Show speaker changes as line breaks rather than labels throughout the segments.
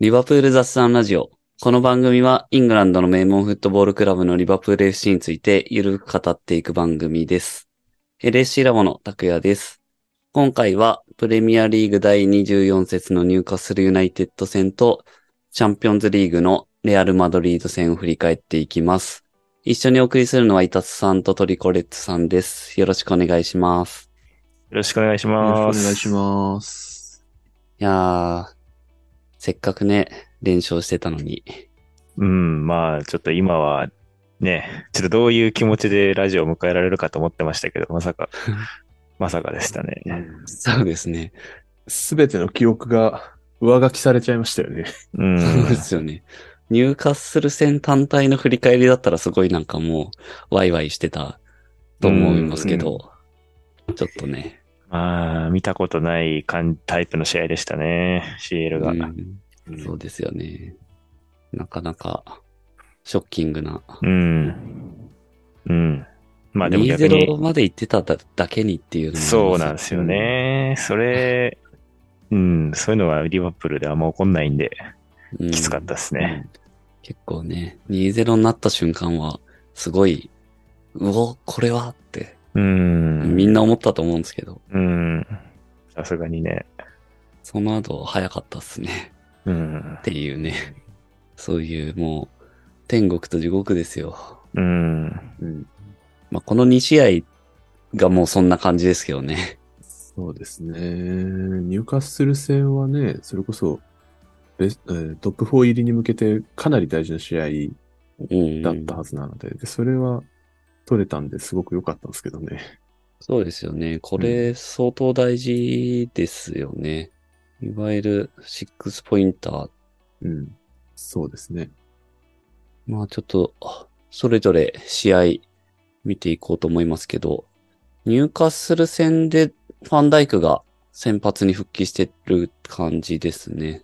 リバプール雑談ラジオ。この番組はイングランドの名門フットボールクラブのリバプール FC についてゆるく語っていく番組です。LSC ラボの拓也です。今回はプレミアリーグ第24節の入荷するユナイテッド戦とチャンピオンズリーグのレアル・マドリード戦を振り返っていきます。一緒にお送りするのはイタツさんとトリコレッツさんです。よろしくお願いします。
よろしくお願いし
よ
ま
ろし
す。
くお願いします。
いやー、せっかくね、連勝してたのに。
うん、まあ、ちょっと今は、ね、ちょっとどういう気持ちでラジオを迎えられるかと思ってましたけど、まさか、まさかでしたね。
そうですね。
すべての記憶が上書きされちゃいましたよね。
うん。
そうですよね。入荷する戦単体の振り返りだったらすごいなんかもう、ワイワイしてたと思いますけど、ちょっとね。
まあ、見たことないかんタイプの試合でしたね、CL が。
うんそうですよね。なかなか、ショッキングな。
うん。うん。まあでも逆
2-0
に、
まで行ってただだけにっていうのも
そうなんですよ。ね。それ、うん、そういうのはリバプールではもう起こんないんで、
うん
きつかったですね。
結構ね、2-0になった瞬間は、すごい、うお、これはって、
うん。
みんな思ったと思うんですけど、
うん。さすがにね。
その後、早かったっすね。
うん
っ。ていうね。そういう、もう、天国と地獄ですよ。
うん。
まあ、この2試合がもうそんな感じですけどね。
そうですね。入荷する戦はね、それこそベス、えートップ4入りに向けてかなり大事な試合
うん。
だったはずなので、でそれは取れたんですごく良かったんですけどね。
そうですよね。これ、相当大事ですよね。いわゆる、6ポインター
うん。そうですね。
まあちょっと、それぞれ試合見ていこうと思いますけど、入荷する戦でファンダイクが先発に復帰してる感じですね。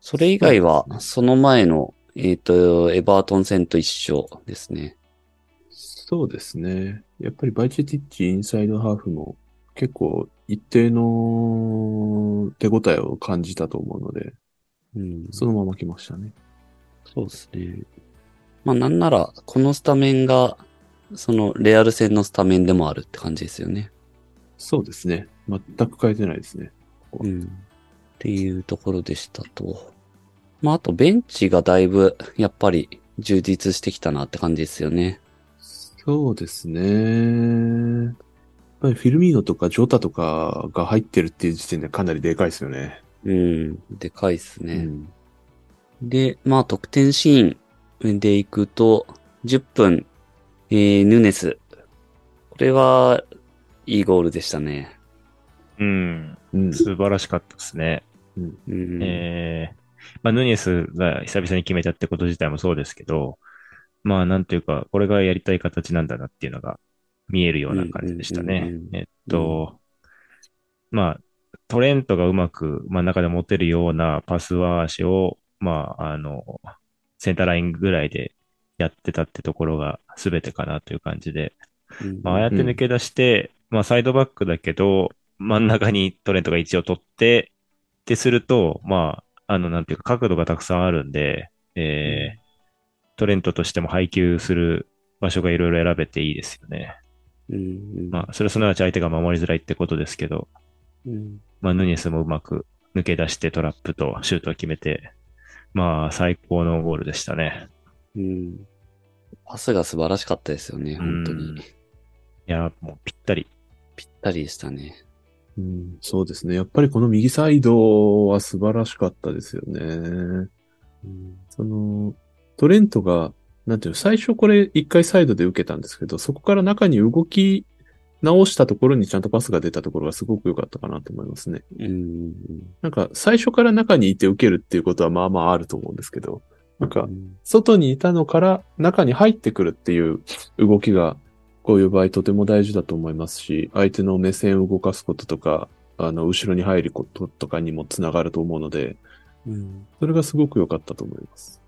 それ以外は
そうで、す
その前の、えっ、と、エバートン戦と一緒ですね。
そうですね。やっぱりバイチェティッチインサイドハーフも結構一定の手応えを感じたと思うので、
うん、
そのまま来ましたね。
そうですね。まあなんなら、このスタメンが、そのレアル戦のスタメンでもあるって感じですよね。
そうですね。全く変えてないですね。
うん。っていうところでしたと。まあ、あとベンチがだいぶ、やっぱり充実してきたなって感じですよね。
そうですね。やっぱりフィルミーノとかジョタとかが入ってるっていう時点でかなりでかいですよね。
うん。でかいっすね。
うん
で、まあ、得点シーンでいくと、10分、えー、ヌネス。これは、いいゴールでしたね。
うん。
うん。
素晴らしかったですね。
うん。
えーまあ、ヌニエスが久々に決めたってこと自体もそうですけど、まあ、なんていうか、これがやりたい形なんだなっていうのが見えるような感じでした
うんう
ね
んうん。うん
えっと、まあ、トレントがうまく真ん中で持てるようなパス回しを、まあ、あの、センターラインぐらいでやってたってところが全てかなという感じで、
うん
まあ、ああやって抜け出して、まあ、サイドバックだけど、真ん中にトレントが一応取って、ってすると、まあ、あの、なんていうか、角度がたくさんあるんで、えートレントとしても配球する場所がいろいろ選べていいですよね。
うんうん
まあ、それはすなわち相手が守りづらいってことですけど、
うん
まあ、ヌニエスもうまく抜け出してトラップとシュートを決めて、まあ、最高のゴールでしたね。
うん。パスが素晴らしかったですよね、本当
うん
に。
いや、もうぴったり。
ぴったりでしたね。
うんそうですね。やっぱりこの右サイドは素晴らしかったですよね。
うん
その、トレントが、なんていうの、最初これ一回サイドで受けたんですけど、そこから中に動き直したところにちゃんとパスが出たところがすごく良かったかなと思いますね。
うん。
なんか最初から中にいて受けるっていうことはまあまああると思うんですけど、なん
う
か
ん
外にいたのから中に入ってくるっていう動きがこういう場合とても大事だと思いますし、相手の目線を動かすこととか、あの、後ろに入ることとかにもつながると思うので、
うん
それがすごく良かったと思います。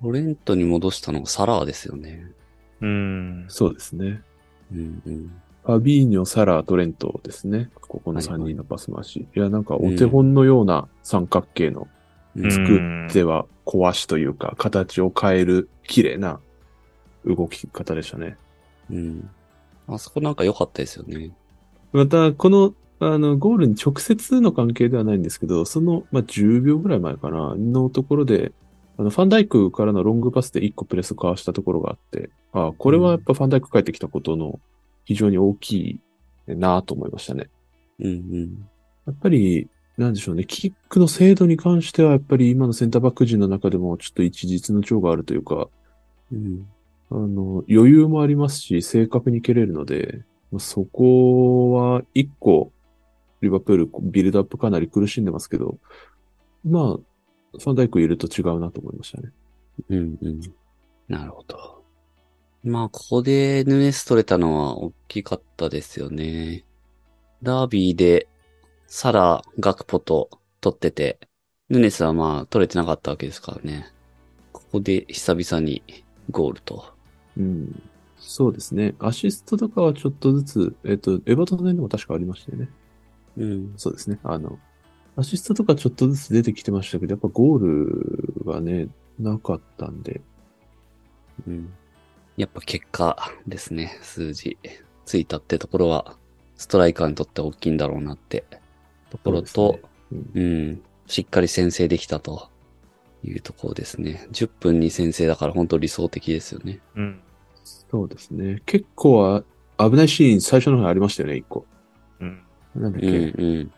ロレントに戻したのがサラーですよね。
うん。
そうですね。
うんうん。
ファビーニョ、サラー、トレントですね。ここの3人のパス回し。いや、なんかお手本のような三角形の
う
うん
ん
作っては壊しというか、形を変える綺麗な動き方でしたね。
うん。あそこなんか良かったですよね。
また、この、あの、ゴールに直接の関係ではないんですけど、その、まあ、10秒ぐらい前かな、のところで、あの、ファンダイクからのロングパスで1個プレスをかわしたところがあって、ああこれはやっぱファンダイク帰ってきたことの非常に大きいなぁと思いましたね。
うん
やっぱり、なんでしょうね、キックの精度に関しては、やっぱり今のセンターバック陣の中でもちょっと一日の長があるというか、
うん。うん。
あの、余裕もありますし、正確に蹴れるので、まあそこは一個、リバプール、ビルドアップかなり苦しんでますけど、まあ、ファンダイクいると違うなと思いましたね。
うんうん。なるほど。まあ、ここでヌネス取れたのは大きかったですよね。ダービーでサラ、ガクポと取ってて、ヌネスはまあ取れてなかったわけですからね。ここで久々にゴールと。
うん。そうですね。アシストとかはちょっとずつ、えっと、エバートン戦でも確かありましたよね。
うん。
そうですね。あの、アシストとかちょっとずつ出てきてましたけど、やっぱゴールがね、なかったんで、
うん。やっぱ結果ですね、数字。ついたってところは、ストライカーにとって大きいんだろうなってところ
そ
と、
うですねうん
うん。しっかり先制できたというところですね。10分に先制だから本当理想的ですよね。
うん。
そうですね。結構は危ないシーン最初の方にありましたよね、一個。
うん。
なんだっ
う
け、
んう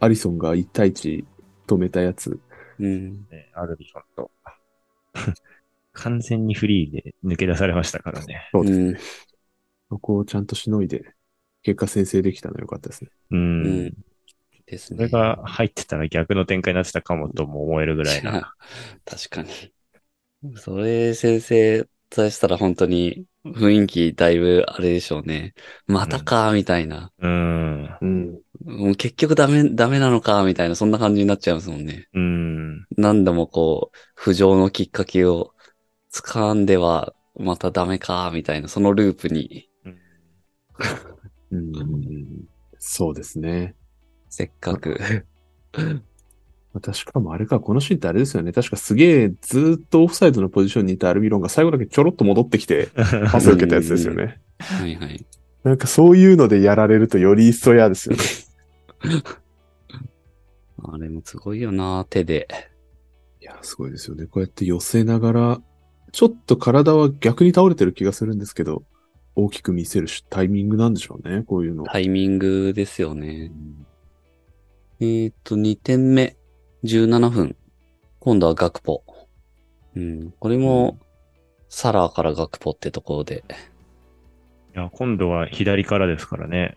アリソンが1対1止めたやつ。
ん。うん。
ね、アルビオンと。完全にフリーで抜け出されましたからね。
そう
う
です。
ん。
そこをちゃんとしのいで、結果先制できたのよかったですね。
うん。
うんです
そ
ね。
れが入ってたら逆の展開になってたかもとも思えるぐらいな。
確かに。それ先生出したら本当に雰囲気だいぶあれでしょうね。またかみたいな。
うん。
うん。
もう結局ダメ、ダメなのかみたいな、そんな感じになっちゃいますもんね。
うん。
何度もこう、浮上のきっかけを掴んでは、またダメかみたいな、そのループに
うん、そうですね。
せっか く。
まあ確かもあれか、このシーンってあれですよね。確かすげえずーっとオフサイドのポジションにいたアルビロンが最後だけちょろっと戻ってき て、パスを受けたやつですよね。
はいはい。
なんかそういうのでやられるとより一層嫌ですよね。
あれもすごいよな、手で。
いや、すごいですよね。こうやって寄せながら、ちょっと体は逆に倒れてる気がするんですけど、大きく見せるしタイミングなんでしょうね、こういうの。
タイミングですよね。えーっと、2点目。17分。今度はガクポ。うん。これも、サラーからガクポってところで。
いや、今度は左からですからね。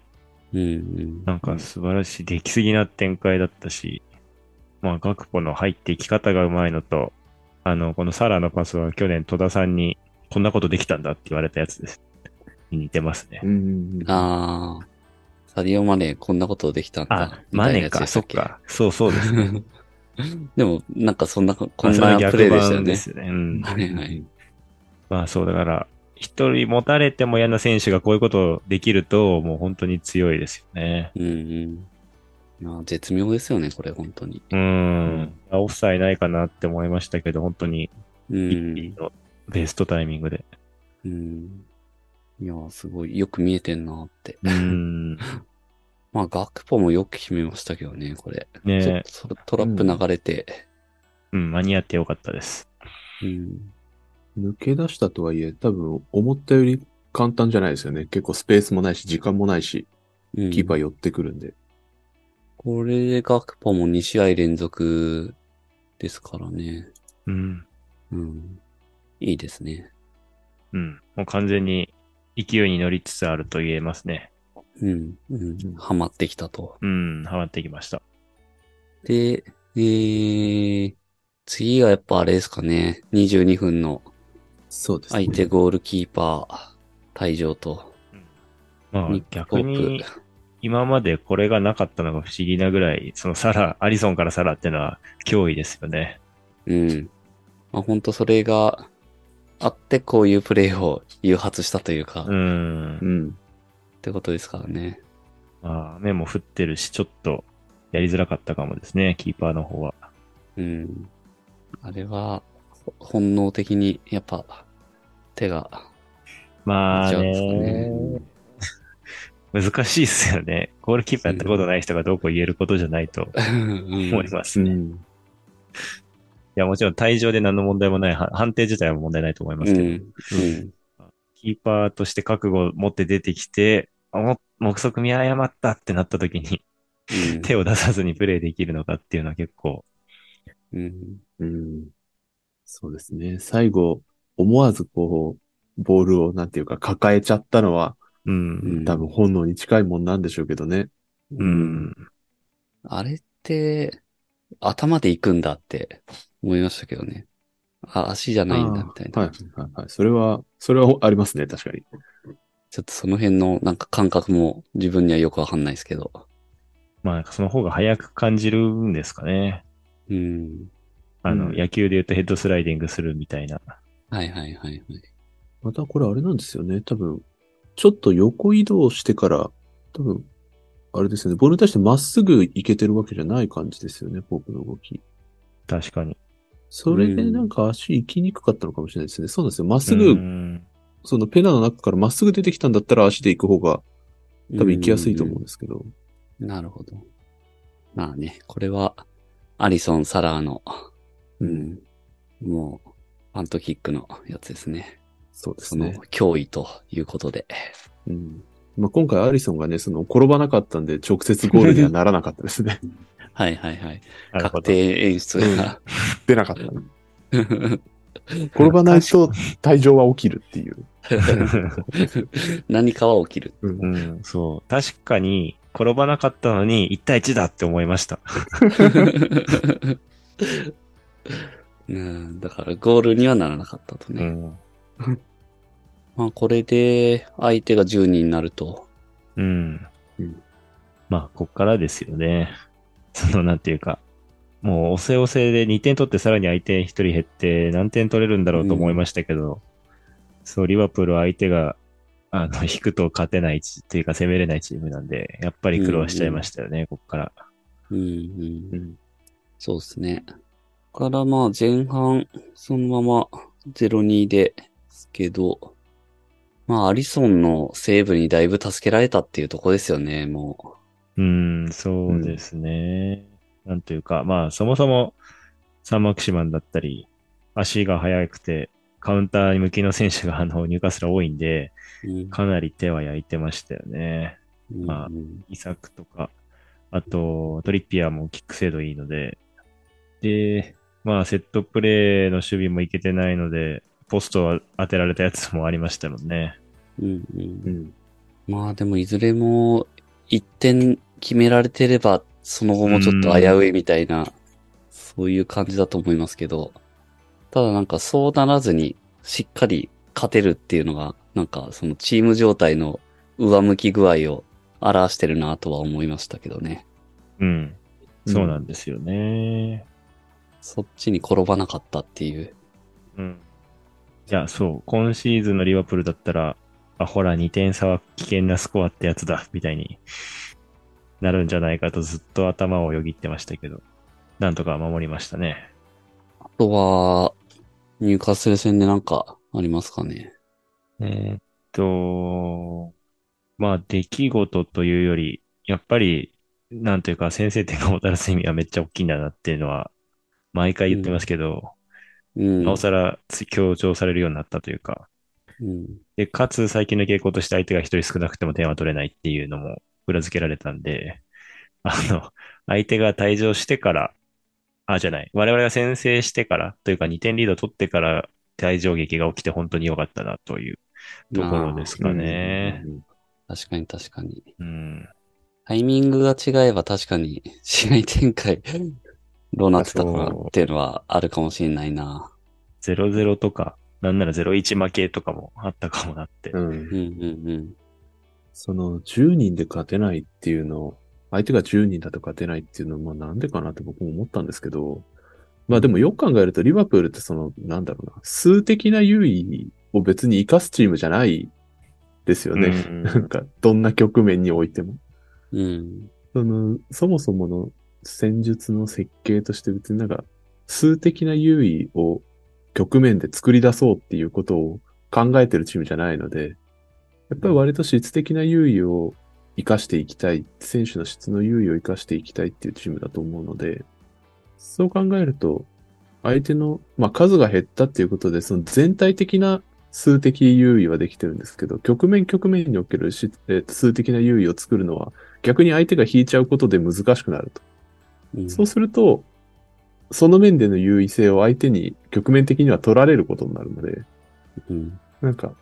うん、うん。
なんか素晴らしい、出来すぎな展開だったし、まあ、ガクポの入っていき方がうまいのと、あの、このサラのパスは去年戸田さんに、こんなことできたんだって言われたやつです。似てますね。
うん。
ああ。サディオマネー、こんなことできたんだ。
あ、
みた
マ
いな
ネ
やつでした
か、そっ
け
か。そうそうですね。
でも、なんかそんな、こ
まあ
ん
それ
な
は
プ
逆
レイでしたよ
版
ね
で。すよね。うん。
はいはい。
まあそう、だから、一人持たれても嫌な選手がこういうことをできると、もう本当に強いですよね。
うんうん。まあ、絶妙ですよね、これ、本当に。
うん。オフサイないかなって思いましたけど、本当に、
う
ピッピ
ん。
のベストタイミングで。
うん。いやー、すごい、よく見えてんなって。
うん。
まあ、ガクポもよく決めましたけどね、これ。ちょ
ね
っとそれトラップ流れて。
うん、間に合ってよかったです。
うん。
抜け出したとはいえ、多分思ったより簡単じゃないですよね。結構スペースもないし、時間もないし、
うん
キーパー寄ってくるんで。
これでガクポも2試合連続ですからね。
うん。
うん。いいですね。
うん。もう完全に勢いに乗りつつあると言えますね。
うん。うん
うん。
ハマってきたと。
うん、ハマってきました。
で、えー、次がやっぱあれですかね。22分の
そうですね。
相手ゴールキーパー退場と。
まあ
ニック
逆に、今までこれがなかったのが不思議なぐらい、そのサラ、アリソンからサラってのは脅威ですよね。
うん。まあ本当それがあってこういうプレーを誘発したというか、
う
っ
ん
う。ん。
てことですからね。
まあ、雨も降ってるし、ちょっとやりづらかったかもですね、キーパーの方は。
うん。あれは、本能的に、やっぱ、手が、
まあ
じゃあ
ね、難しいっすよね。ゴールキーパーやったことない人がどうこう言えることじゃないと 思います
う
ね。い
ん。
や、もちろん退場で何の問題もない、は判定自体は問題ないと思いますけど、
うん
キーパーとして覚悟を持って出てきて、あも目測見誤ったってなった時に
うん
手を出さずにプレイできるのかっていうのは結構、
うん
うん。そうですね。最後、思わずこう、ボールをなんていうか抱えちゃったのは、
う、
うんん
多分本能に近いもんなんでしょうけどね。
う。ん、
あれって、頭で行くんだって思いましたけどね。あ、足じゃないんだみたい
あー
な。
はいはいはい。それは、それはありますね、確かに。
ちょっとその辺のなんか感覚も自分にはよくわかんないですけど。
まあ、その方が早く感じるんですかね。
うん。
あの、
うん
野球で言うとヘッドスライディングするみたいな。
はいはいはいはい。
またこれあれなんですよね。多分、ちょっと横移動してから、多分、あれですよね。ボールに対してまっすぐ行けてるわけじゃない感じですよね、フォークの動き。
確かに。
それで
うん
なんか足行きにくかったのかもしれないですね。そうなんですよ。まっす
う
ぐ、
ん
そのペナの中からまっすぐ出てきたんだったら足で行く方が多分行きやすいと思うんですけど。
うん。なるほど。まあね、これは、アリソン・サラーの、うん。もう、パントキックのやつですね。
そうで
そ
す
の
ね。
脅威ということで。
うん。まあ、今回アリソンがね、その転ばなかったんで直接ゴールにはならなかったです ね。
はいはいはい。
なるほ
確
ど。
定演出が。
出なかった。転ばないと退場は起きるっていう。
何かは起きる。
うん、そう。確かに、転ばなかったのに1対1だって思いました。
うん、だからゴールにはならなかったと
う
ね。
ん。
まあこれで相手が10人になると。
うん
うん。
まあ、こっからですよね。 その、なんていうか、もう、おせおせで2点取ってさらに相手1人減って、何点取れるんだろうと思いましたけど、そう、リバプールは相手が、あの、引くと勝てないチっていうか攻めれないチームなんで、やっぱり苦労しちゃいましたよね、こっから。
うんうん、
うん
そうですね。からまあ前半、そのまま0-2ですけど、まあアリソンのセーブにだいぶ助けられたっていうとこですよね、も
うーん、そうですね。なんというか、まあ、そもそも、サンマクシマンだったり、足が速くて、カウンター向きの選手が、あの、入荷すら多いんで、
う。うん
かなり手は焼いてましたよね。まあ
うん
イサクとか、あと、トリッピアもキック精度いいので、で、まあ、セットプレーの守備もいけてないので、ポストは当てられたやつもありましたもんね。
うんうん
うん。
まあでもいずれも一点決められてればその後もちょっと危ういみたいな、そういう感じだと思いますけど、ただなんかそうならずにしっかり勝てるっていうのが、なんかそのチーム状態の上向き具合を表してるなとは思いましたけどね。
うん。そうなんですよね。
そっちに転ばなかったっていう。
うん。いや、そう。今シーズンのリバプールだったら、あ、ほら、2点差は危険なスコアってやつだ、みたいになるんじゃないかとずっと頭をよぎってましたけど、なんとか守りましたね。
あとは、入荷する戦でなんかありますかね。
えーっと、まあ、出来事というより、やっぱり、なんというか、先制点がもたらす意味はめっちゃ大きいんだなっていうのは、毎回言ってますけど、
うん。
なおさらつ強調されるようになったというか、
うん。
で、かつ最近の傾向として相手が一人少なくても点は取れないっていうのも裏付けられたんで、あの、相手が退場してから、あ、じゃない、我々が先制してから、というか2点リード取ってから退場劇が起きて本当に良かったなというところですかね。
確かに確かに。
うん。
タイミングが違えば確かに 試合展開どうなってたのかなっていうのはあるかもしれないな。
0-0とか、なんなら0-1負けとかもあったかもなって。
う
う
ん。う
んんうんうん。
その、10人で勝てないっていうの、相手が10人だと勝てないっていうのは、まあなんでかなって僕も思ったんですけど、まあでもよく考えると、リバプールってその、なんだろうな、数的な優位を別に生かすチームじゃないですよね。
うん
なんか、どんな局面においても。
うん。
その、そもそもの戦術の設計として別になんか、数的な優位を局面で作り出そうっていうことを考えてるチームじゃないので、やっぱり割と質的な優位を生かしていきたい、選手の質の優位を生かしていきたいっていうチームだと思うので、そう考えると、相手の、まあ、数が減ったっていうことで、その全体的な数的優位はできてるんですけど、局面局面におけるしえー数的な優位を作るのは、逆に相手が引いちゃうことで難しくなると。
うん
そうすると、その面での優位性を相手に局面的には取られることになるので、
うん
なんか、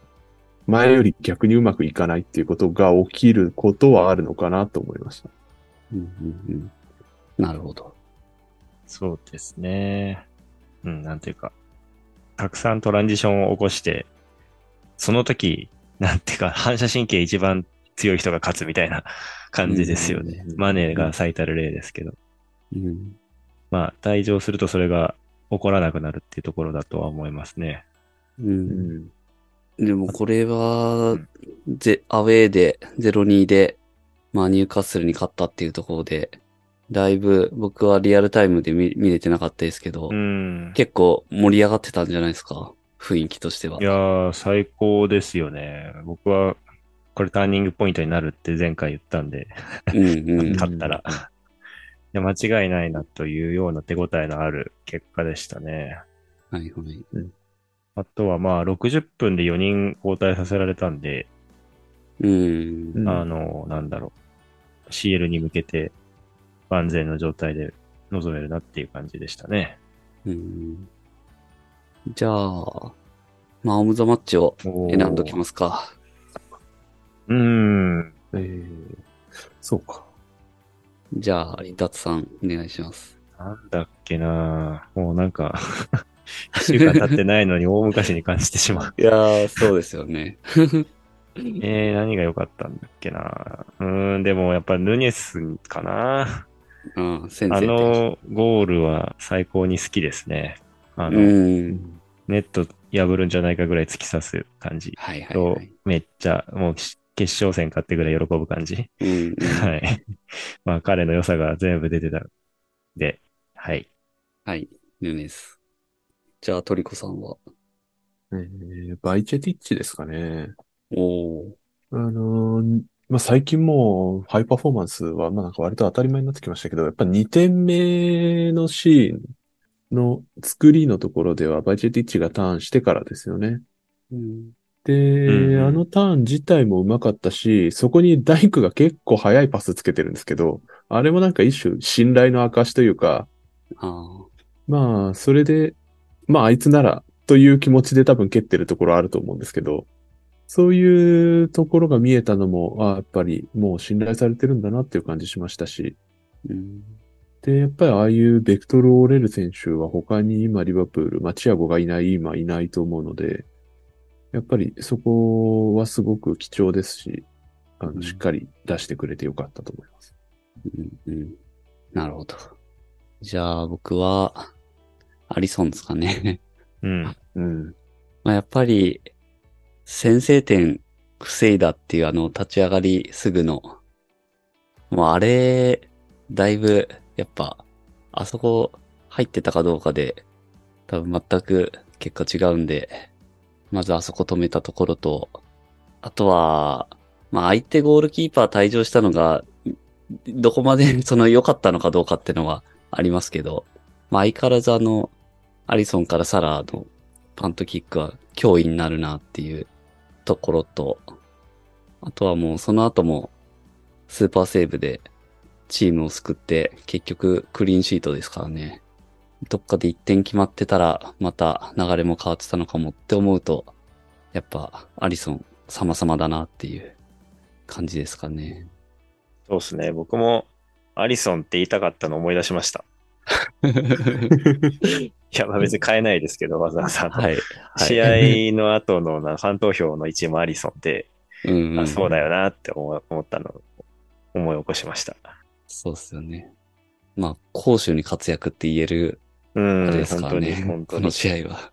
前より逆にうまくいかないっていうことが起きることはあるのかなと思いました。
うんうんうんなるほど。
そうですね。うん、なんていうか、たくさんトランジションを起こして、その時、 なんていうか、反射神経一番強い人が勝つみたいな感じですよね。
ね
マネーが最たる例ですけど。
うん
まあ、退場するとそれが起こらなくなるっていうところだとは思いますね。
う
うんん。
でもこれは
ん、
ぜアウェーで0-2で、まあニューカッスルに勝ったっていうところで、だいぶ僕はリアルタイムで見見れてなかったですけど、
うん。。
結構盛り上がってたんじゃないですか雰囲気としてはい
やー、最高ですよね。僕は、これターニングポイントになるって前回言ったんで、
うんうん。
勝ったら。いや間違いないなというような手応えのある結果でしたね。
はいはい。
あとはまあ、60分で4人交代させられたんで、
うん。
うん
あの、なんだろう。CL に向けて万全の状態で臨めるなっていう感じでしたね。
うんじゃあ、まあ、オムザマッチを選んどきますか。
うーん。
えーそうか。
じゃあ、リタツさん、お願いし ます。
なんだっけなもうなんか、1週間経ってないのに大昔に感じてしまう。
いやー、そうですよね。
えー、何が良かったんだっけなうーん、でもやっぱヌニェスかな
うん、先生
あ
って
のゴールは最高に好きですね。あ
う
の、
ん。
ネット破るんじゃないかぐらい突き刺す感じ
はいはい、
と、
はい。
めっちゃ、もうし決勝戦勝ってぐらい喜ぶ 感じ。
うんうん、
はい。まあ彼の良さが全部出てたんで、はい。
はい。ヌネス。じゃあ、トリコさんは。
えーバイチェティッチですかね。
おー。
あのーまあ、最近もうハイパフォーマンスは、まあ、なんか割と当たり前になってきましたけど、やっぱ2点目のシーンの作りのところでは、バイチェティッチがターンしてからですよね。
うん。
で、
うん
あのターン自体もうまかったし、そこにダイクが結構速いパスつけてるんですけど、あれもなんか一種信頼の証というか、
あー
まあ、それで、まあ、あいつならという気持ちで多分蹴ってるところあると思うんですけど、そういうところが見えたのも、あやっぱりもう信頼されてるんだなっていう感じしましたし、
うん。
で、やっぱりああいうベクトルを折れる選手は他に今リバプール、まあチアゴがいない、今いないと思うので、やっぱりそこはすごく貴重ですし、あ
うん
の、しっかり出してくれてよかったと思います。
うんうん。なるほど。じゃあ、僕は、アリソンですかね。
うん。
うん。
まあ、やっぱり、先制点防いだっていうあの立ち上がりすぐの、もうあれ、だいぶ、やっぱ、あそこ入ってたかどうかで、多分全く結果違うんで、まずあそこ止めたところと、あとは、まあ相手ゴールキーパー退場したのが、どこまで その良かったのかどうかってのはありますけど、まあ相変わらずあの、アリソンからサラーのパントキックは脅威になるなっていうところと、あとはもうその後もスーパーセーブでチームを救って結局クリーンシートですからね。どっかで1点決まってたらまた流れも変わってたのかもって思うと、やっぱアリソン様々だなっていう感じですかね。
そうですね。僕もアリソンって言いたかったの思い出しま した。いや、まあ別に変えないですけど、わざわざ。
はい。
試合の後のなファン投票の1位もアリソンで、
うん、う
あ
ん。
そうだよなって思思ったのを思い起こしました。
そうっすよね。まあ、攻守に活躍って言える
うん、
あれです
本
から
当に、
ね。
本当
こ
に
の。試合は。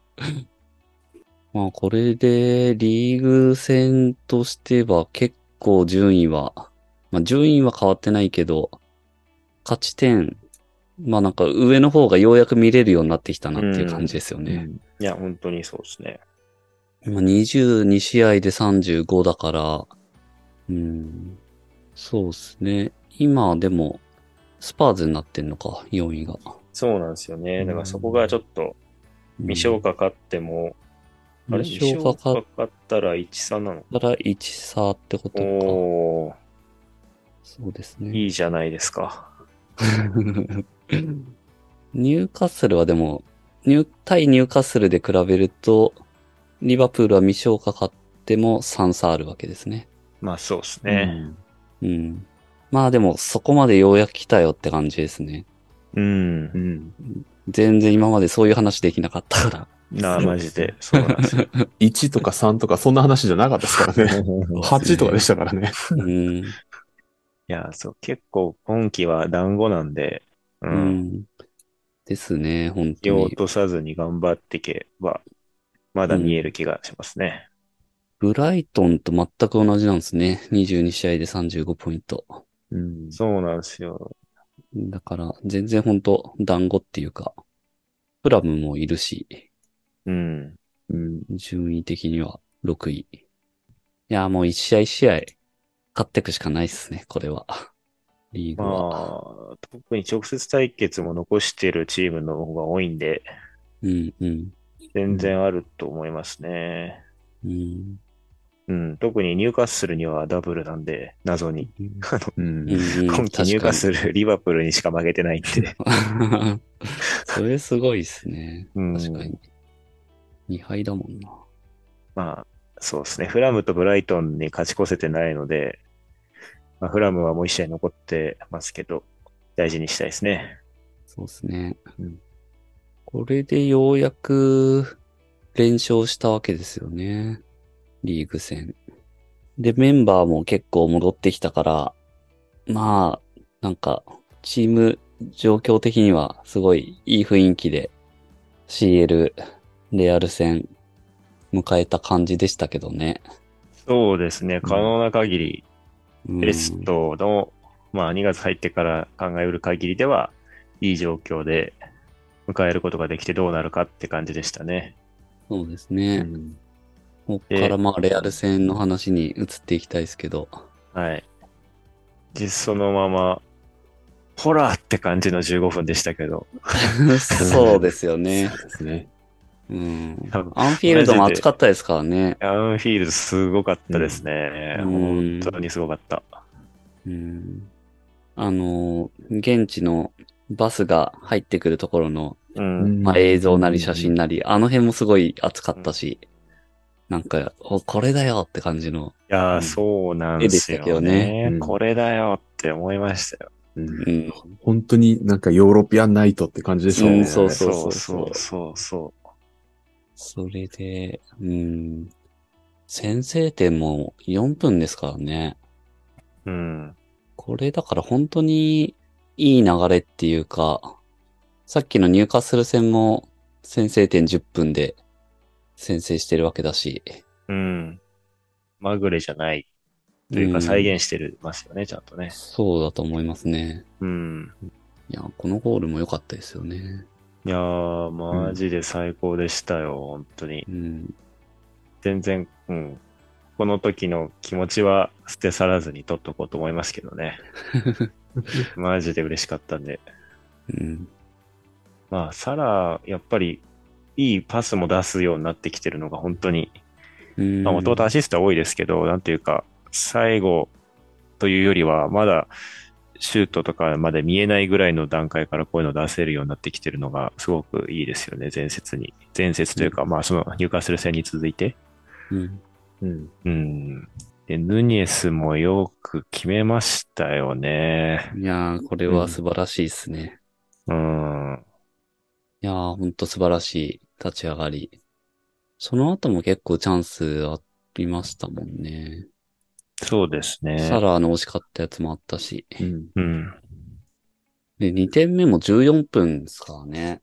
まあ、これで、リーグ戦としては結構順位は、まあ、順位は変わってないけど、勝ち点まあなんか上の方がようやく見れるようになってきたなっていう感じですよね。
いや、本当にそうですね。
今22試合で35だから、うん、そうですね。今でも、スパーズになってんのか、4位が。
そうなんですよ
う
ね。
ん
だからそこがちょっと、
うん
未消化勝っても、あれ
未
未
消
消
化
化
か
勝ったら1、3なの
から1差ってことか。
おー、
そうですね。
いいじゃないですか。
ニューカッスルはでも、ニュー対ニューカッスルで比べると、リバプールは未消化勝っても3差あるわけですね。
まあそうですね。
うん。まあでも、そこまでようやく来たよって感じですね。
うん。
うん。うん。
全然今までそういう話できなかったから。
なあ、マジで。そうなん ですよ。
1とか3とか、そんな話じゃなかったですからね。8とか でしたからね。
うん。
いや、そう、結構今季は団子なんで、う。
うんん。ですね、本当
気を
に
落。とさずに頑張っていけば、まだ見える気がしますね。
ブライトンと全く同じなんですね。22試合で35ポイント。
うん。
そうなんですよ。
だから、全然本当団子っていうか、プラムもいるし、
うん。
うん。
順位的には6位。いや、もう一試合一試合、勝っていくしかないですね、これは。リーグ
ま
は。
あ、特に直接対決も残してるチームの方が多いんで、
うん、うん、
全然あると思いますね。
うん。
うん。特にニューカッスルにはダブルなんで、謎に。
うん
う。んうん
今季ニューカッ
確か
スル、リバプールにしか負けて ないんで。
に それすごいですね。
うん
確かに。2敗だもんな。
まあ、そうですね。フラムとブライトンに勝ち越せてないので、まあ、フラムはもう一試合残ってますけど、大事にしたいですね。
そうですね。
うん
これでようやく連勝したわけですよね。リーグ戦。で、メンバーも結構戻ってきたから、まあ、なんか、チーム状況的にはすごいいい雰囲気で CL、レアル戦迎えた感じでしたけどね。
そうですね。可能な限り、
うん
ペレストの、まあ2月入ってから考えうる限りでは、いい状況で迎えることができてどうなるかって感じでしたね。
そうですね。
ん
ここからまあ、レアル戦の話に移っていきたいですけど。
はい。実そのまま、ホラーって感じの15分でしたけど、
そうですよね。
そうですね。
うん
多分
アンフィールドも暑かったですからね。
アンフィールドすごかったですね。
うん
本当にすごかった。
うん、あのー、現地のバスが入ってくるところの、
うん。
まあ、映像なり写真なり、あの辺もすごい暑かったし、なんか、おこれだよって感じの、
いやー、
うん
そうなんです
絵でしたけど
よ
ね
ね。
うん
これだよって思いましたよ。
うん
うん、
本当になんかヨーロピアンナイトって感じでし
そ
た
う
ね。
んそうそう
そうそうそ
それで、うん、先制点も4分ですからね。
う。うん。
これだから本当にいい流れっていうか、さっきの入荷する戦も先制点10分で先制してるわけだし。
うん。まぐれじゃないというか再現してるますよね、ちゃんとね。
そうだと思いますね。
うん。
いや、このゴールも良かったですよね。
いやー、マジで最高でしたよ、本当に。
うん。
全然、うん。この時の気持ちは捨て去らずに取っとこうと思いますけどね。マジで嬉しかったんで。
うん。
まあ、サラ、やっぱり、いいパスも出すようになってきてるのが本当に
うん。
まあ、もともとアシストは多いですけど、なんていうか、最後というよりは、まだシュートとかまで見えないぐらいの段階からこういうのを出せるようになってきてるのが、すごくいいですよね、前節に。前節というか、まあ、その入荷する戦に続いて。
うん。
うん。
うん。で、ヌニエスもよく決めましたよね。
いやー、これは素晴らしいですね。
うん。
いやー、ほんと素晴らしい立ち上がり。その後も結構チャンスありましたもんね。
そうですね。
サラーの惜しかったやつもあったし。
うん。
うん。
で、2点目も14分ですからね。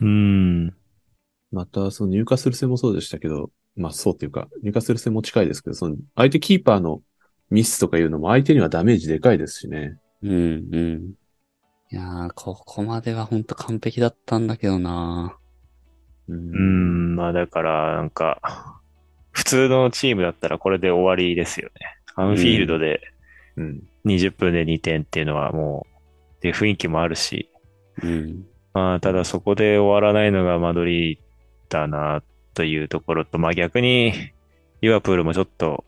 うん。
また、その入荷する戦もそうでしたけど、まあそうっていうか、入荷する戦も近いですけど、その相手キーパーのミスとかいうのも相手にはダメージでかいですしね。
うん、うん。いやー、ここまではほんと完璧だったんだけどな
う
うー。ん、まあだから、なんか、普通のチームだったらこれで終わりですよね。アンフィールドで
うん。
20分で2点っていうのはもう、で、雰囲気もあるし、
うん。
まあただそこで終わらないのがマドリーだなというところと、まあ逆に、リバプールもちょっと、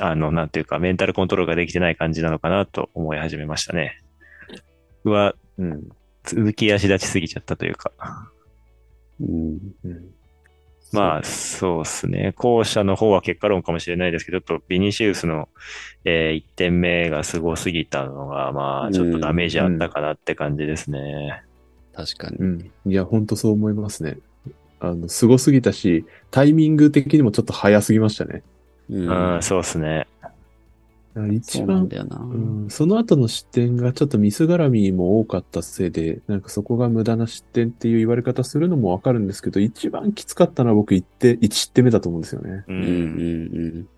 あの、なんていうか、メンタルコントロールができてない感じなのかなと思い始めましたね。うわ、
うん。
続き足立ちすぎちゃったというか。
うん。
うん。
まあ、そうですね。後者の方は結果論かもしれないですけど、ちょっとビニシウスの、え1点目がすごすぎたのが、ま
う
あ、
ん
ちょっとダメージあったかなって感じですね。
確かに。
うん。いや、ほんとそう思いますね。あの、すごすぎたし、タイミング的にもちょっと早すぎましたね。
う。
うんん、そうですね。
一
そうなん
番
だよな。
うんその後の失点がちょっとミス絡みも多かったせいで、なんかそこが無駄な失点っていう言われ方するのもわかるんですけど、一番きつかったのは僕1点、1失点目だと思うんですよね。
う
う
ん、
ん。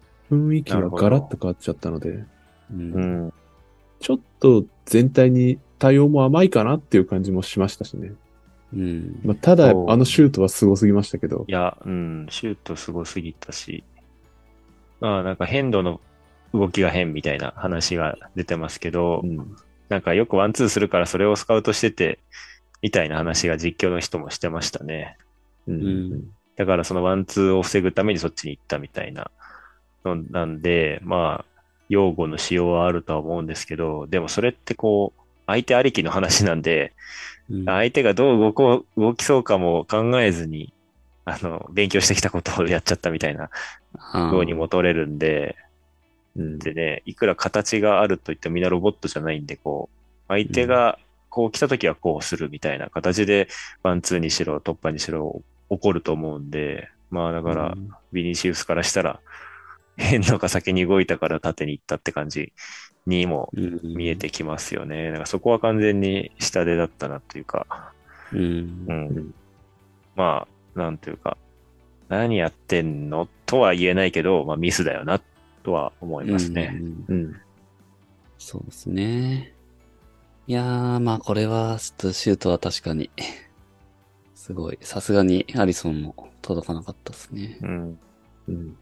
雰囲気
な
が
るほど
ガラッと変わっちゃったので、
うん、うん。
うん。
ちょっと全体に対応も甘いかなっていう感じもしましたしね。
うん。
まあ、ただ、あ
そう
のシュートはすごすぎましたけど
い。や、うん、シュートすごすぎたし、まあ、なんか変動の動きが変みたいな話が出てますけど、
うん
なんかよくワンツーするからそれをスカウトしてて、みたいな話が実況の人もしてましたね。
うん
うん
だからそのワンツーを防ぐためにそっちに行ったみたいなのなんで、まあ、用語の仕様はあるとは思うんですけど、でもそれってこう、相手ありきの話なんで、
うん
相手がどう動こう、動きそうかも考えずに、あの、勉強してきたことをやっちゃったみたいな
あー
ようにも取れるんで、
うん
でね、いくら形があるといってもみんなロボットじゃないんで、こう、相手がこう来た時はこうするみたいな形で、ワンツーにしろ、突破にしろ、起こると思うんで、まあだから、ビニシウスからしたら、変動が先に動いたから縦に行ったって感じにも
うん
見えてきますよね。だからそこは完全に下手だったなというか、
うん
う。ん。
うん
まあ、なんというか、何やってんのとは言えないけど、まあミスだよなとは思いますね。
うんうん
うん。
そうですね。いやー、まあこれは、ちょっとシュートは確かに、すごい。さすがにアリソンも届かなかったですね。
うん。
うん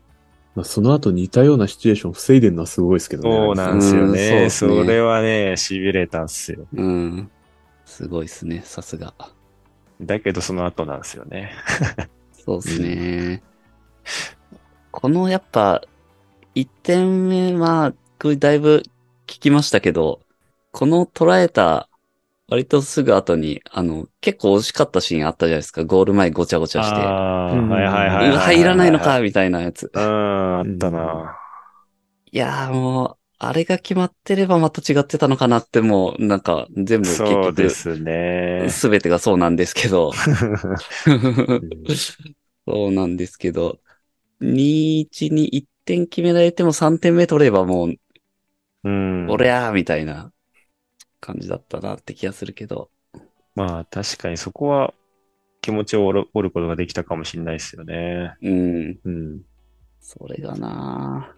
まあ、その後似たようなシチュエーションを防いでるのはすごいですけどね。
そうなんですよ
うんそう
ね。
っすね
それはね、痺れたんすよ。
うん。すごいですね、さすが。
だけどその後なんですよね。
そうですね。このやっぱ、1点目は、これだいぶ聞きましたけど、この捉えた、割とすぐ後に、あの、結構惜しかったシーンあったじゃないですか。ゴール前ごちゃごちゃして。
ああ、
うん
はいはいはいは
う
は
わ入らないのか、。みたいなやつ。
うん、あったな。
いやーもう、あれが決まってればまた違ってたのかなって、もう、なんか、全部結
そうで
局、
すね。
すべてがそうなんですけど、
うん
そうなんですけど、2-1に1点決められても3点目取ればもう、
うん。
俺やーみたいな感じだったなって気がするけど、
まあ確かにそこは気持ちを折る折ることができたかもしれないですよね。
うん、
うん
それがな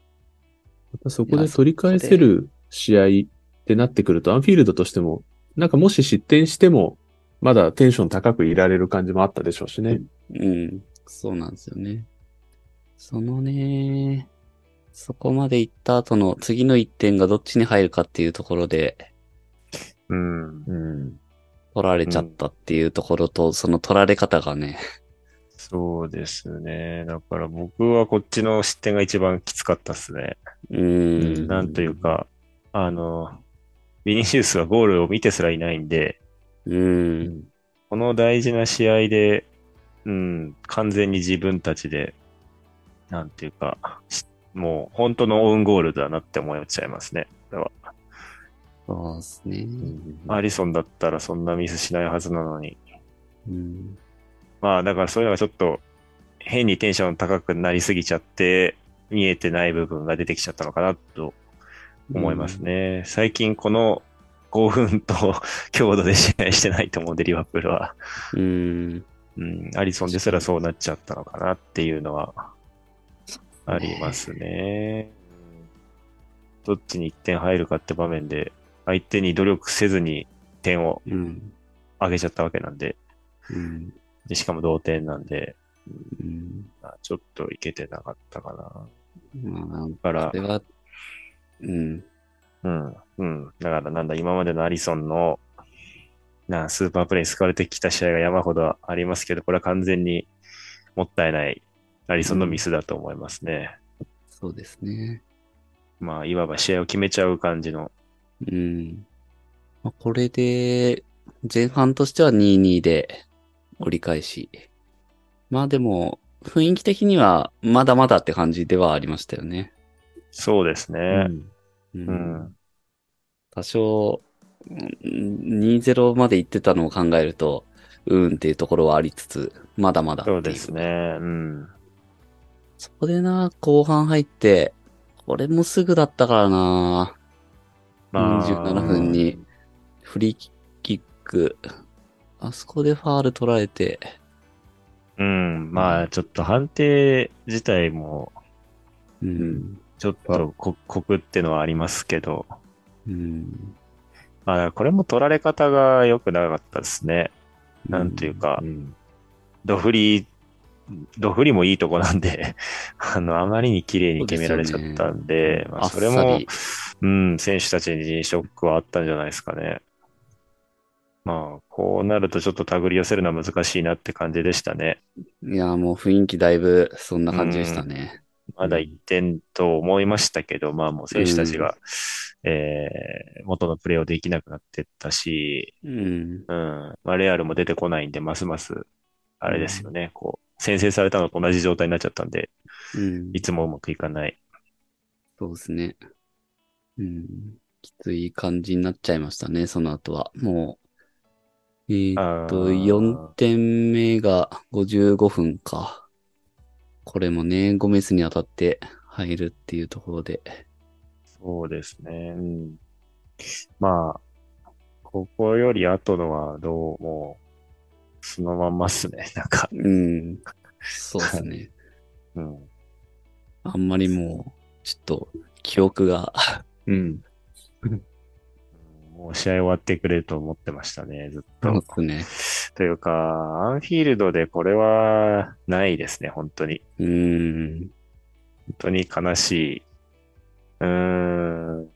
またそこで取り返せる試合ってなってくると、アンフィールドとしても、なんかもし失点しても、まだテンション高くいられる感じもあったでしょうしね。
ーうん、そうなんですよね。そのねそこまで行った後の次の1点がどっちに入るかっていうところで、
うん。
うん。
取られちゃったっていうところと、その取られ方がね。
そうですね。だから僕はこっちの失点が一番きつかったですね。
うー
うん
ん。
なんというか、あの、ビニシウスはゴールを見てすらいないんで、
う。
うんん。
この大事な試合で、うん、完全に自分たちで、なんていうか、しもう本当のオウンゴールだなって思っちゃいますね。これは
そうですね。
アリソンだったらそんなミスしないはずなのに。
うん。
まあだからそういうのがちょっと変にテンション高くなりすぎちゃって、見えてない部分が出てきちゃったのかなと思いますね。最近この興奮と 強度で試合してないと思うんで、リバプールは。
うん。
うん、アリソンですらそうなっちゃったのかなっていうのはありますね。どっちに1点入るかって場面で、相手に努力せずに点を
うん。
上げちゃったわけなんで、
うん。
でしかも同点なんで、
うん。
あちょっといけてなかったかな。
まあ、なん
だから
それ、は、うん。
うん、うん。だからなんだ、今までのアリソンの、なあスーパープレイに救われてきた試合が山ほどありますけど、これは完全にもったいないアリソンのミスだと思いますね。
そうですね。
まあ、いわば試合を決めちゃう感じの、
うん。まあ、これで、前半としては2-2で折り返し。まあでも、雰囲気的にはまだまだって感じではありましたよね。
そうですね。
う
うん。
多少、うん2-0まで行ってたのを考えると、うーんっていうところはありつつ、まだまだってい
そうですね。うん。
そこでな、後半入って、これもすぐだったからな、27分にフリーキック、あそこでファール取られて、
うん、まあ、ちょっと判定自体も、
うん、
ちょっとこ、コクってのはありますけど、
うん。
まあ、これも取られ方が良くなかったですね。なんていうか、
うん
ドフリ、ドフリもいいとこなんで、 あの、あまりに綺麗に決められちゃった
そ
んで、
うですよね
まあ、それ
あっさ
も
り、
うん、選手たちにショックはあったんじゃないですかね。まあ、こうなるとちょっと手繰り寄せるのは難しいなって感じでしたね。
いや、もう雰囲気だいぶそんな感じでしたね。
まだ1点と思いましたけど、まあもう選手たちが、えー元のプレーをできなくなってったし、
うん。
うん、まあレアルも出てこないんで、ますます、あれですよね、こう、先制されたのと同じ状態になっちゃったんで、
うん
い。つもうまくいかない。
そうですね。うん。きつい感じになっちゃいましたね、その後は。もう、えー
あ
えっと、4
ー
点目が55分か。これもね、ゴメスに当たって入るっていうところで。
そうですね。うん、まあ、ここより後のはどうも、そのまんまっすね、 なんか。
うん。そうですね。
うん、
あんまりもう、ちょっと、記憶が、
うん。
もう試合終わってくれると思ってましたね、ずっ
そ
と。
うですね。
というか、アンフィールドでこれはないですね、本当に。
うん。
本当に悲しい。うーん。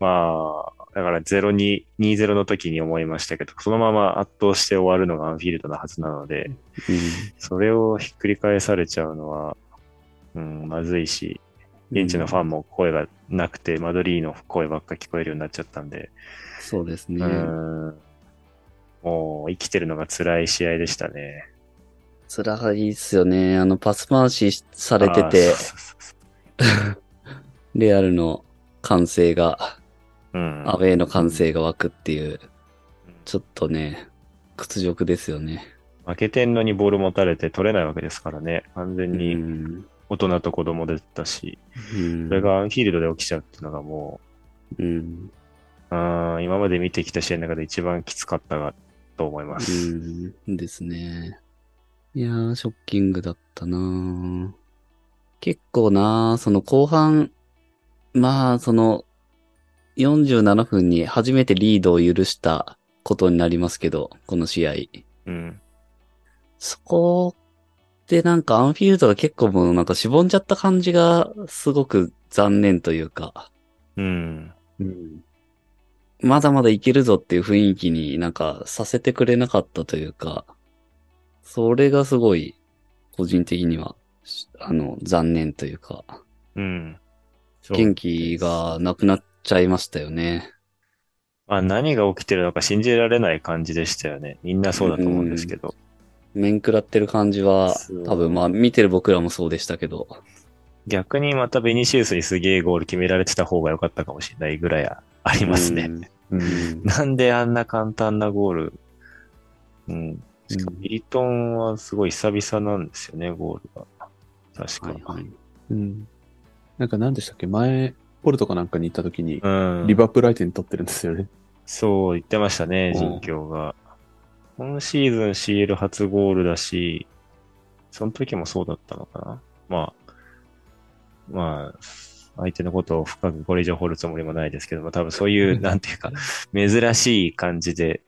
まあ、だから0-2、2-0の時に思いましたけど、そのまま圧倒して終わるのがアンフィールドのはずなので、それをひっくり返されちゃうのは、うん、まずいし、現地のファ
ン。
ンも声がなくて、マドリーの声ばっか聞こえるようになっちゃったんで、
そうです
う
ね。
ーん。もう生きてるのが辛い試合でしたね。
辛いっすよね。あの、パス回しされて
あ
て
ー、そうそうそう
レアルの歓声が、
そううん。
アウェイの歓声が湧くっていう、ち
ちょ
ょっとね、屈辱ですよね。
負けてんのにボール持たれて取れないわけですからね。完全
う
に
ん
大人と子供でしたし、
うん
それがアンフィールドで起きちゃうっていうのがも
うん。
う、うん、今まで見てきた試合の中で一番きつかったがと思います。
うん。ですね。いやー、ショッキングだったなー結構なーその後半、まあ、その、47分に初めてリードを許したことになりますけど、この試合。
うん。
そこでなんかアンフィールドが結構もうなんかしぼんじゃった感じがすごく残念というか、
うん。
うん。
まだまだいけるぞっていう雰囲気になんかさせてくれなかったというか、それがすごい個人的には、しあの、残念というか、
うん。そう
元気がなくなっちゃいましたよね。
まあ、何が起きてるのか信じられない感じでしたよね。みんなそうだと思うんですけど。
面食らってる感じは
そう、
多分まあ見てる僕らもそうでしたけど、
逆にまたベニシウスにすげえゴール決められてた方が良かったかもしれないぐらいありますね。
うん
うん。
なんであんな簡単なゴール。うん。しかもミリトンはすごい久々なんですよね、ゴールが。確か。
はいはい。
うん。なんか何でしたっけ前、ポルトかなんかに行った時に、
うん。
リバプール相手に取ってるんですよね。
そう言ってましたね、
うん
人況が。今シーズン CL 初ゴールだし、その時もそうだったのかな。まあ、まあ、相手のことを深くこれ以上掘るつもりもないですけども、多分そういう、なんていうか、珍しい感じで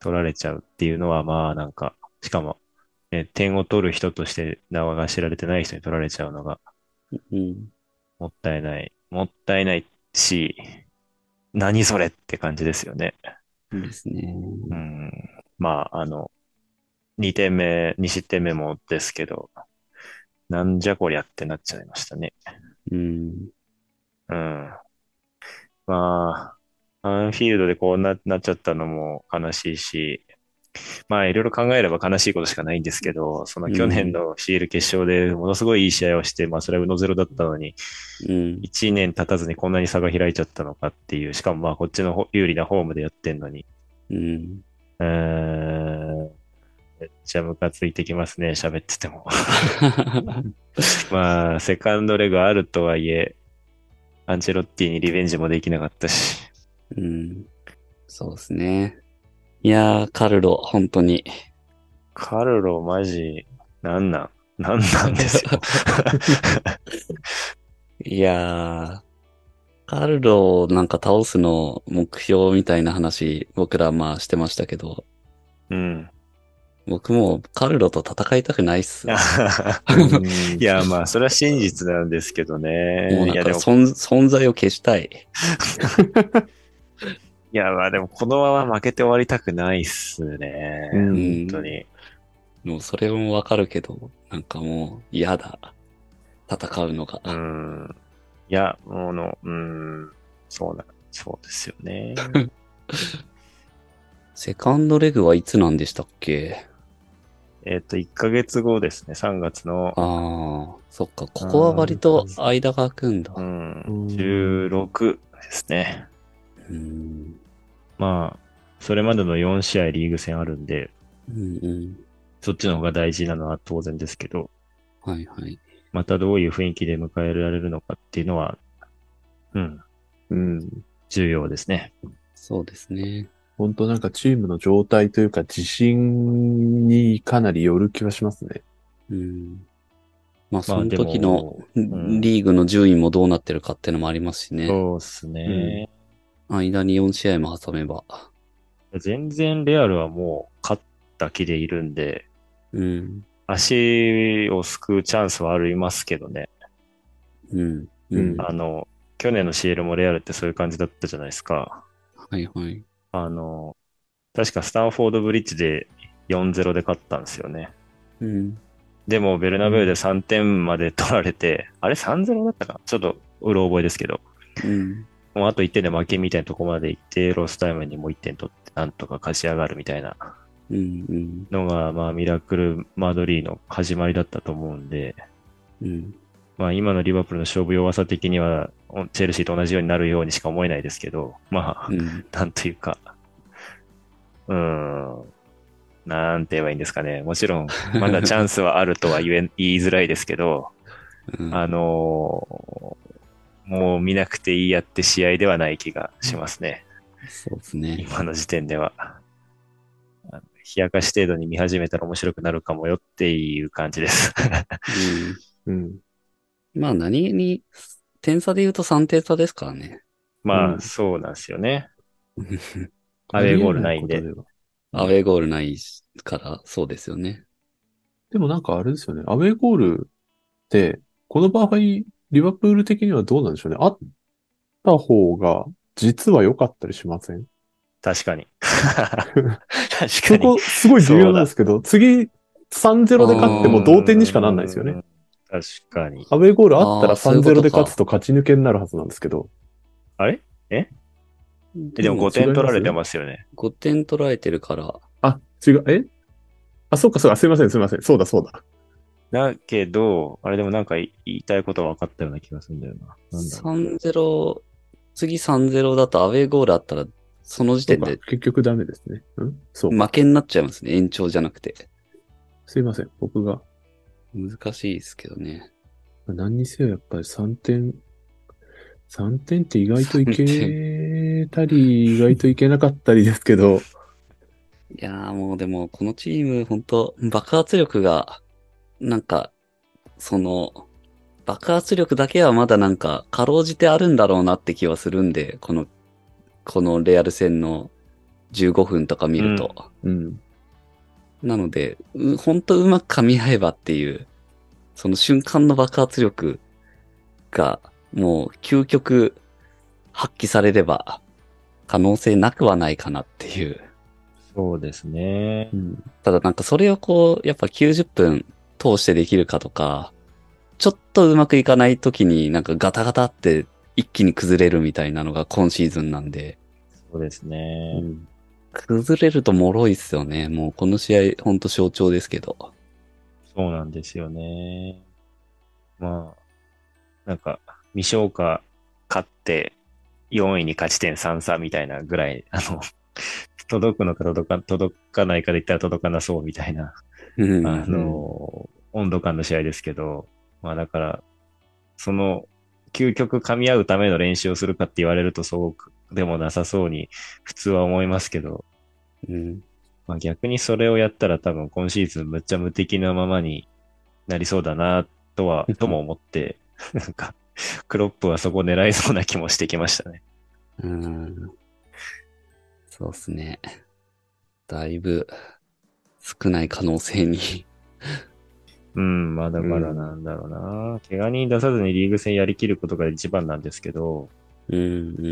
取られちゃうっていうのは、まあなんか、しかも、ね、点を取る人として名が知られてない人に取られちゃうのが、
うん。
もったいない。もったいないし、何それって感じですよね。
そうですね。
うん。まあ、あの、2点目、2失点目もですけど、なんじゃこりゃってなっちゃいましたね。
うん。
うん。まあ、アンフィールドでこうな、なっちゃったのも悲しいし、まあいろいろ考えれば悲しいことしかないんですけど、その去年の CL 決勝でものすごいいい試合をして、まあそれは0-0だったのに、
うん。
1年経たずにこんなに差が開いちゃったのかっていう、しかもまあこっちのほ有利なホームでやってんのに、
うん。
うーん、めっちゃムカついてきますね、喋ってても。 まあ、セカンドレグあるとはいえ、アンチェロッティにリベンジもできなかったし。
うん。そうですね。いやー、カルロ、本当 に。
カルロ、マジ、なんなんなんなんで すよ。
いやー、カルロをなんか倒すの目標みたいな話、僕らまあしてましたけど、
うん。
僕もカルロと戦いたくないっす。
いや、まあ、それは真実なんですけど
もう
ね。い
なん
や、
か
でも、
存存在を消したい。
いや、まあ、でも、このまま負けて終わりたくないっすね。
うん
本当に。
もうそれもわかるけど、なんかもう嫌だ。戦うのが。
うん。いや、もの、うん、そうな、そうですよね。
セカンドレグはいつなんでしたっけ
えっと、1ヶ月後ですね、3月の、
ああ、そっか、ここは割と間が空くんだ。
う、
うん
うん
16ですね。
ん。
まあ、それまでの4試合リーグ戦あるんで、
うんうん。
そっちの方が大事なのは当然ですけど、
はいはい。
またどういう雰囲気で迎えられるのかっていうのは、うん、
うん。
重要ですね。
そうですね。
本当なんかチームの状態というか自信にかなりよる気はしますね。
うん。まあ、
ま
そ
あ、
の
で
時の
も、ん
リーグの順位もどうなってるかってのもありますしね。
そうですね。
間に4試合も挟めば。
全然レアルはもう勝った気でいるんで、
うん。
足をすくうチャンスはありますけどね。
うん。
うん
あの、去年の CL もレアルってそういう感じだったじゃないですか。
はいはい。
あの、確かスタンフォードブリッジで4-0で勝ったんですよね。
うん。
でも、ベルナベウで3点まで取られて、あれ3-0だったかなちょっと、うろ覚えですけど。
うん。
もうあと1点で負けみたいなとこまで行って、ロスタイムにもう1点取って、なんとか勝ち上がるみたいな
うん。うん。
のが、まあ、ミラクル・マドリーの始まりだったと思うんで、
うん。
まあ、今のリバプールの勝負弱さ的には、おチェルシーと同じようになるようにしか思えないですけど、まあ、
うん。
なんというか、うーん、なんて言えばいいんですかね。もちろん、まだチャンスはあるとは 言え、言いづらいですけど、
うん
あのーもう見なくていいやって試合ではない気がしますね。
そうですね。
今の時点では。あの冷やかし程度に見始めたら面白くなるかもよっていう感じです。
うん。
うん。まあ、何気に、点差で言うと3点差ですから ね。
ま
う
あ、
ん
そうなんですよね。アウェーゴールないんで
ありえことは
アウェーゴールないから、そうですよね。
でもなんかあれですよね。アウェーゴールって、この場合、リバプール的にはどうなんでしょうね。あった方が、実は良かったりしません
確 かに。確か
そ
に。
こ、すごい重要なんですけど、次、3-0で勝っても同点にしかなんないですよね。。
確かに。
アウェーゴールあったら
あーそういうこと
3-0
か
で勝つと勝ち抜けになるはずなんですけど。
あれえでも
ご
5点取られてますよね。
5点取られてるから、
あ、違う、えあ、そうか、そうか、すいません、すいません。そうだ、そうだ。
だけど、あれでもなんか言いたいことは分かったような気がするんだよな。なんだろう
3-0、次3-0だとアウェーゴールあったら、その時
そう
点
か
で
結局ダメですね。うんそう。
負けになっちゃいますね。延長じゃなくて。
すいません、僕が。
難しいですけどね。
何にせよやっぱり3点、3点って意外といけたり、意外といけなかったりですけど、
いやーもうでも、このチーム、本当爆発力が、なんか、その、爆発力だけはまだなんか、かろうじてあるんだろうなって気はするんで、この、このレアル戦の15分とか見ると。
うん。
なので、うほんとうまく噛み合えばっていう、その瞬間の爆発力が、もう究極発揮されれば、可能性なくはないかなっていう。
そうですね
う。ん。
ただなんかそれをこう、やっぱ90分通してできるかとか、ちょっとうまくいかない時になんかガタガタって一気に崩れるみたいなのが今シーズンなんで、
そうです
う
ね。
ん
崩れると脆いっすよね。もうこの試合ほんと象徴ですけど。
そうなんですよね。まあ、なんか、未消化勝って、4位に勝ち点3差みたいなぐらい、あの、 届くのか届か届かないかで言ったら届かなそうみたいな、
うん
あの、温度感の試合ですけど、まあだから、その、究極噛み合うための練習をするかって言われるとそうでもなさそうに普通は思いますけど、
うん
まあ、逆にそれをやったら多分今シーズンむっちゃ無敵なままになりそうだなとは、とも思 って、なんか、クロップはそこ狙いそうな気もしてきましたね。
うーんそうっすね。だいぶ少ない可能性に。
うん、まあだからなんだろうな、怪我人出さずにリーグ戦やりきることが一番なんですけど、
うんう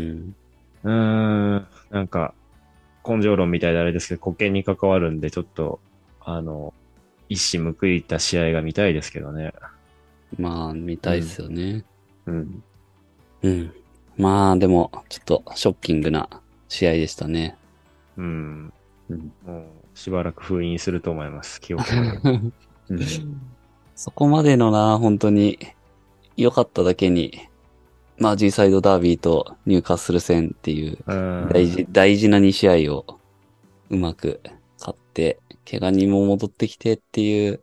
ん。
うーん、なんか、根性論みたいであれですけど、固権に関わるんで、ちょっと、あの、一矢報いた試合が見たいですけどね。
まあ、見たいっすよね。
うん。
うん。まあ、でも、ちょっとショッキングな試合でした ね。
うん。
うん
もう、しばらく封印すると思います、記憶を。
うん
そこまでのな、本当に良かっただけに、まあ、G サイドダービーとニューカッスル戦っていう
うん
大事、大事な2試合をうまく勝って、怪我にも戻ってきてっていう、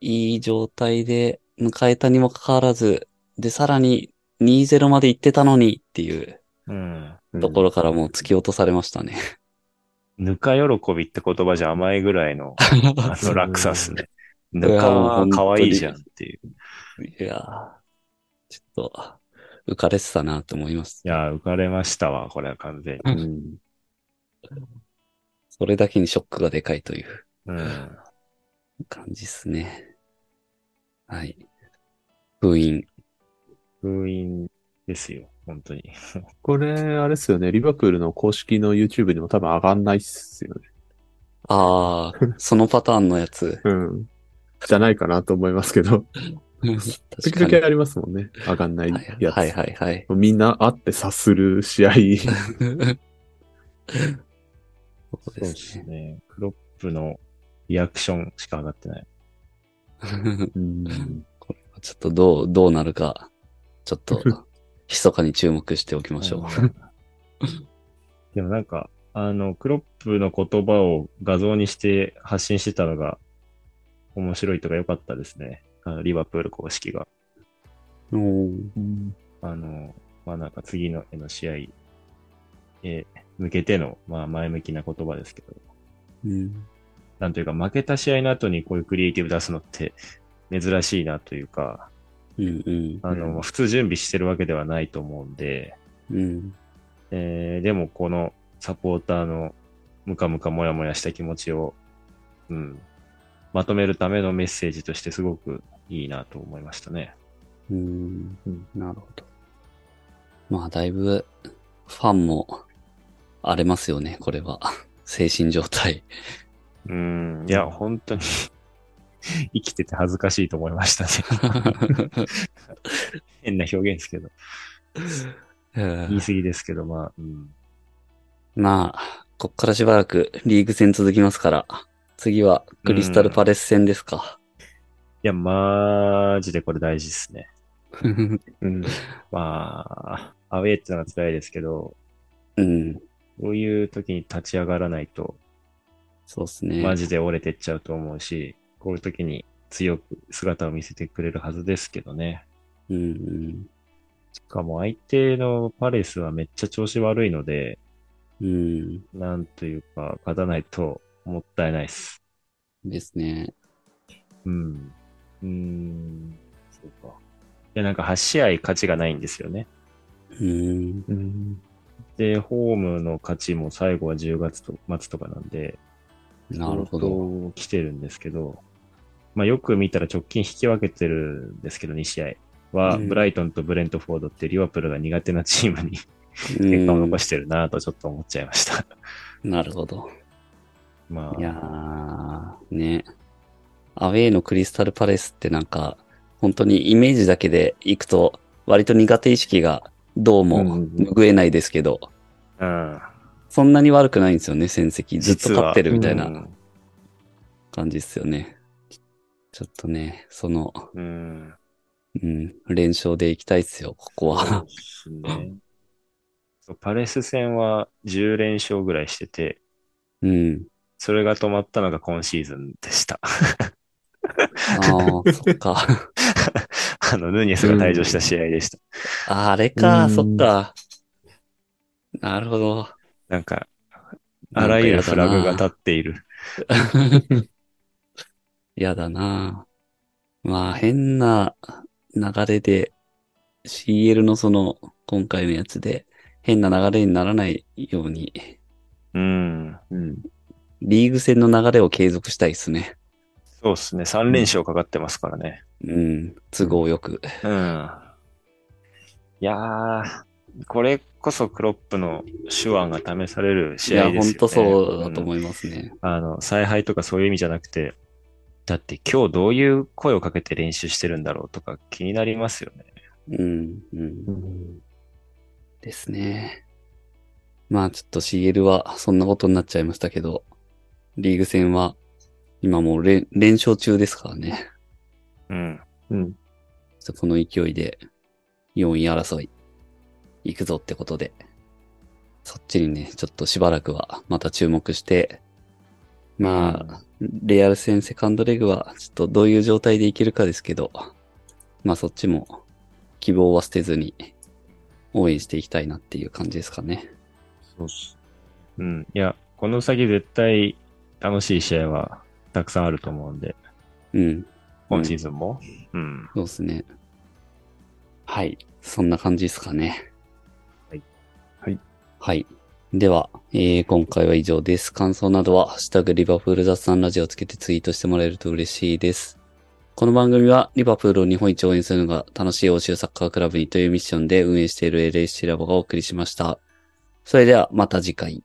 いい状態で迎えたにもかかわらず、で、さらに2-0まで行ってたのにっていう
うん。
ところからもう突き落とされましたね。
ぬか喜びって言葉じゃ甘いぐらいの、あ の落差っすね。ぬかは可愛いじゃんってい
い
う。
やーちょっと、浮かれてたなと思います
い。やー、浮かれましたわ、これは完全に。
うん
それだけにショックがでかいという。
うん。
感じっすね。はい。封印。
封印ですよ、本当に。
これ、あれですよね。リバプールの公式の YouTube にも多分上がんないっすよね。
ああ、そのパターンのやつ。
うん。じゃないかなと思いますけど。
確
時
かに。
々ありますもんね。上がんないやつ。
はいはいはい。
みんな会って察す る試合。
そうですね。
ね。クロップのリアクションしか上がってない。
うん
ちょっとどう、どうなるか、ちょっと、密かに注目しておきましょ
うん でもなんか、あの、クロップの言葉を画像にして発信してたのが面白いとか良かったですね。あのリバプール公式が。
う。うん
あの、まあ、なんか次のへの試合へ向けての、まあ、前向きな言葉ですけど、
うん
なんというか負けた試合の後にこういうクリエイティブ出すのって珍しいなというか、
うん。
あの、
うん
普通準備してるわけではないと思うんで、
うん。
えーでもこのサポーターのムカムカモヤモヤした気持ちを、うん、まとめるためのメッセージとしてすごくいいなと思いましたね。
うん。なるほど。まあ、だいぶ、ファンも、荒れますよね、これは。精神状態。
うん、いや、本当に 生きてて恥ずかしいと思いましたね。 変な表現ですけど、言い過ぎですけど、まあ、うん。
まあ、こっからしばらくリーグ戦続きますから、次はクリスタルパレス戦ですか。
いや、マジでこれ大事ですね。
うん。
うん
まあ、アウェーってのが辛いですけど、こういう時に立ち上がらないと、
そうですね。
マジで折れてっちゃうと思うし、こういう時に強く姿を見せてくれるはずですけどね。
うんうん。
しかも相手のパレスはめっちゃ調子悪いので、
うん。
なんというか、勝たないともったいないです。
ですね。
うん。うーん、そうか。で、なんか8試合勝ちがないんですよね。
うん。
うん。
で、ホームの勝ちも最後は10月と末とかなんで、
なるほ
相
ど。
当来てるんですけど、まあよく見たら直近引き分けてるんですけど、2試合は、
うん
ブライトンとブレントフォードってリワプールが苦手なチームに
う
結果を残
ん、
してるなぁとちょっと思っちゃいました。
なるほど。
ま
いや
あ、
ー、ね。アウェイのクリスタルパレスってなんか、本当にイメージだけで行くと、割と苦手意識がどう
うんう
も
んうん
拭えないですけど、
うん。
そんなに悪くないんですよね、戦績。ずっと
実は
勝ってるみたいうなん感じですよね。ちょっとね、その、
うん。
うん、連勝で行きたいっすよ、ここ
そう
は。
ですねそうパレス戦は10連勝ぐらいしてて、
うん。
それが止まったのが今シーズンでした。
ああ、そっか。
あの、ヌニエスが退場した試合でした。
あれか、
うん
そっか。なるほど。
なんか、あらゆるフラグが立っている。
やだなぁまあ変な流れで CL のその今回のやつで変な流れにならないように
うん。
うん。
リーグ戦の流れを継続したいですね。
そうですね。3連勝かかってますからね。
うん。都合よく。
うん。いやー、これこそクロップの手腕が試される
い
試
や、
合で
ほ
すよね。
んとそうだと
うん
思いますね。
あの、采配とかそういう意味じゃなくて、だって今日どういう声をかけて練習してるんだろうとか気になりますよね。
うん。うん
う。ん
ですね。まあちょっと CL はそんなことになっちゃいましたけど、リーグ戦は今もう連連勝中ですからね。
うん。
うん。
ちょっとこの勢いで4位争い行くぞってことで、そっちにね、ちょっとしばらくはまた注目して、まあ、レアル戦セカンドレグはちょっとどういう状態でいけるかですけど、まあそっちも希望は捨てずに応援していきたいなっていう感じですかね。
そうっす。うん。いや、この先絶対楽しい試合はたくさんあると思うんで、
うん。
今シーズンも。うん。
そうですね。はい。そんな感じですかね。
はい。
はい。
はい。では、えー今回は以上です。感想などは、ハッシュタグリバプール雑談ラジオをつけてツイートしてもらえると嬉しいです。この番組は、リバプールを日本一応援するのが楽しい欧州サッカークラブにというミッションで運営している LSC ラボがお送りしました。それでは、また次回。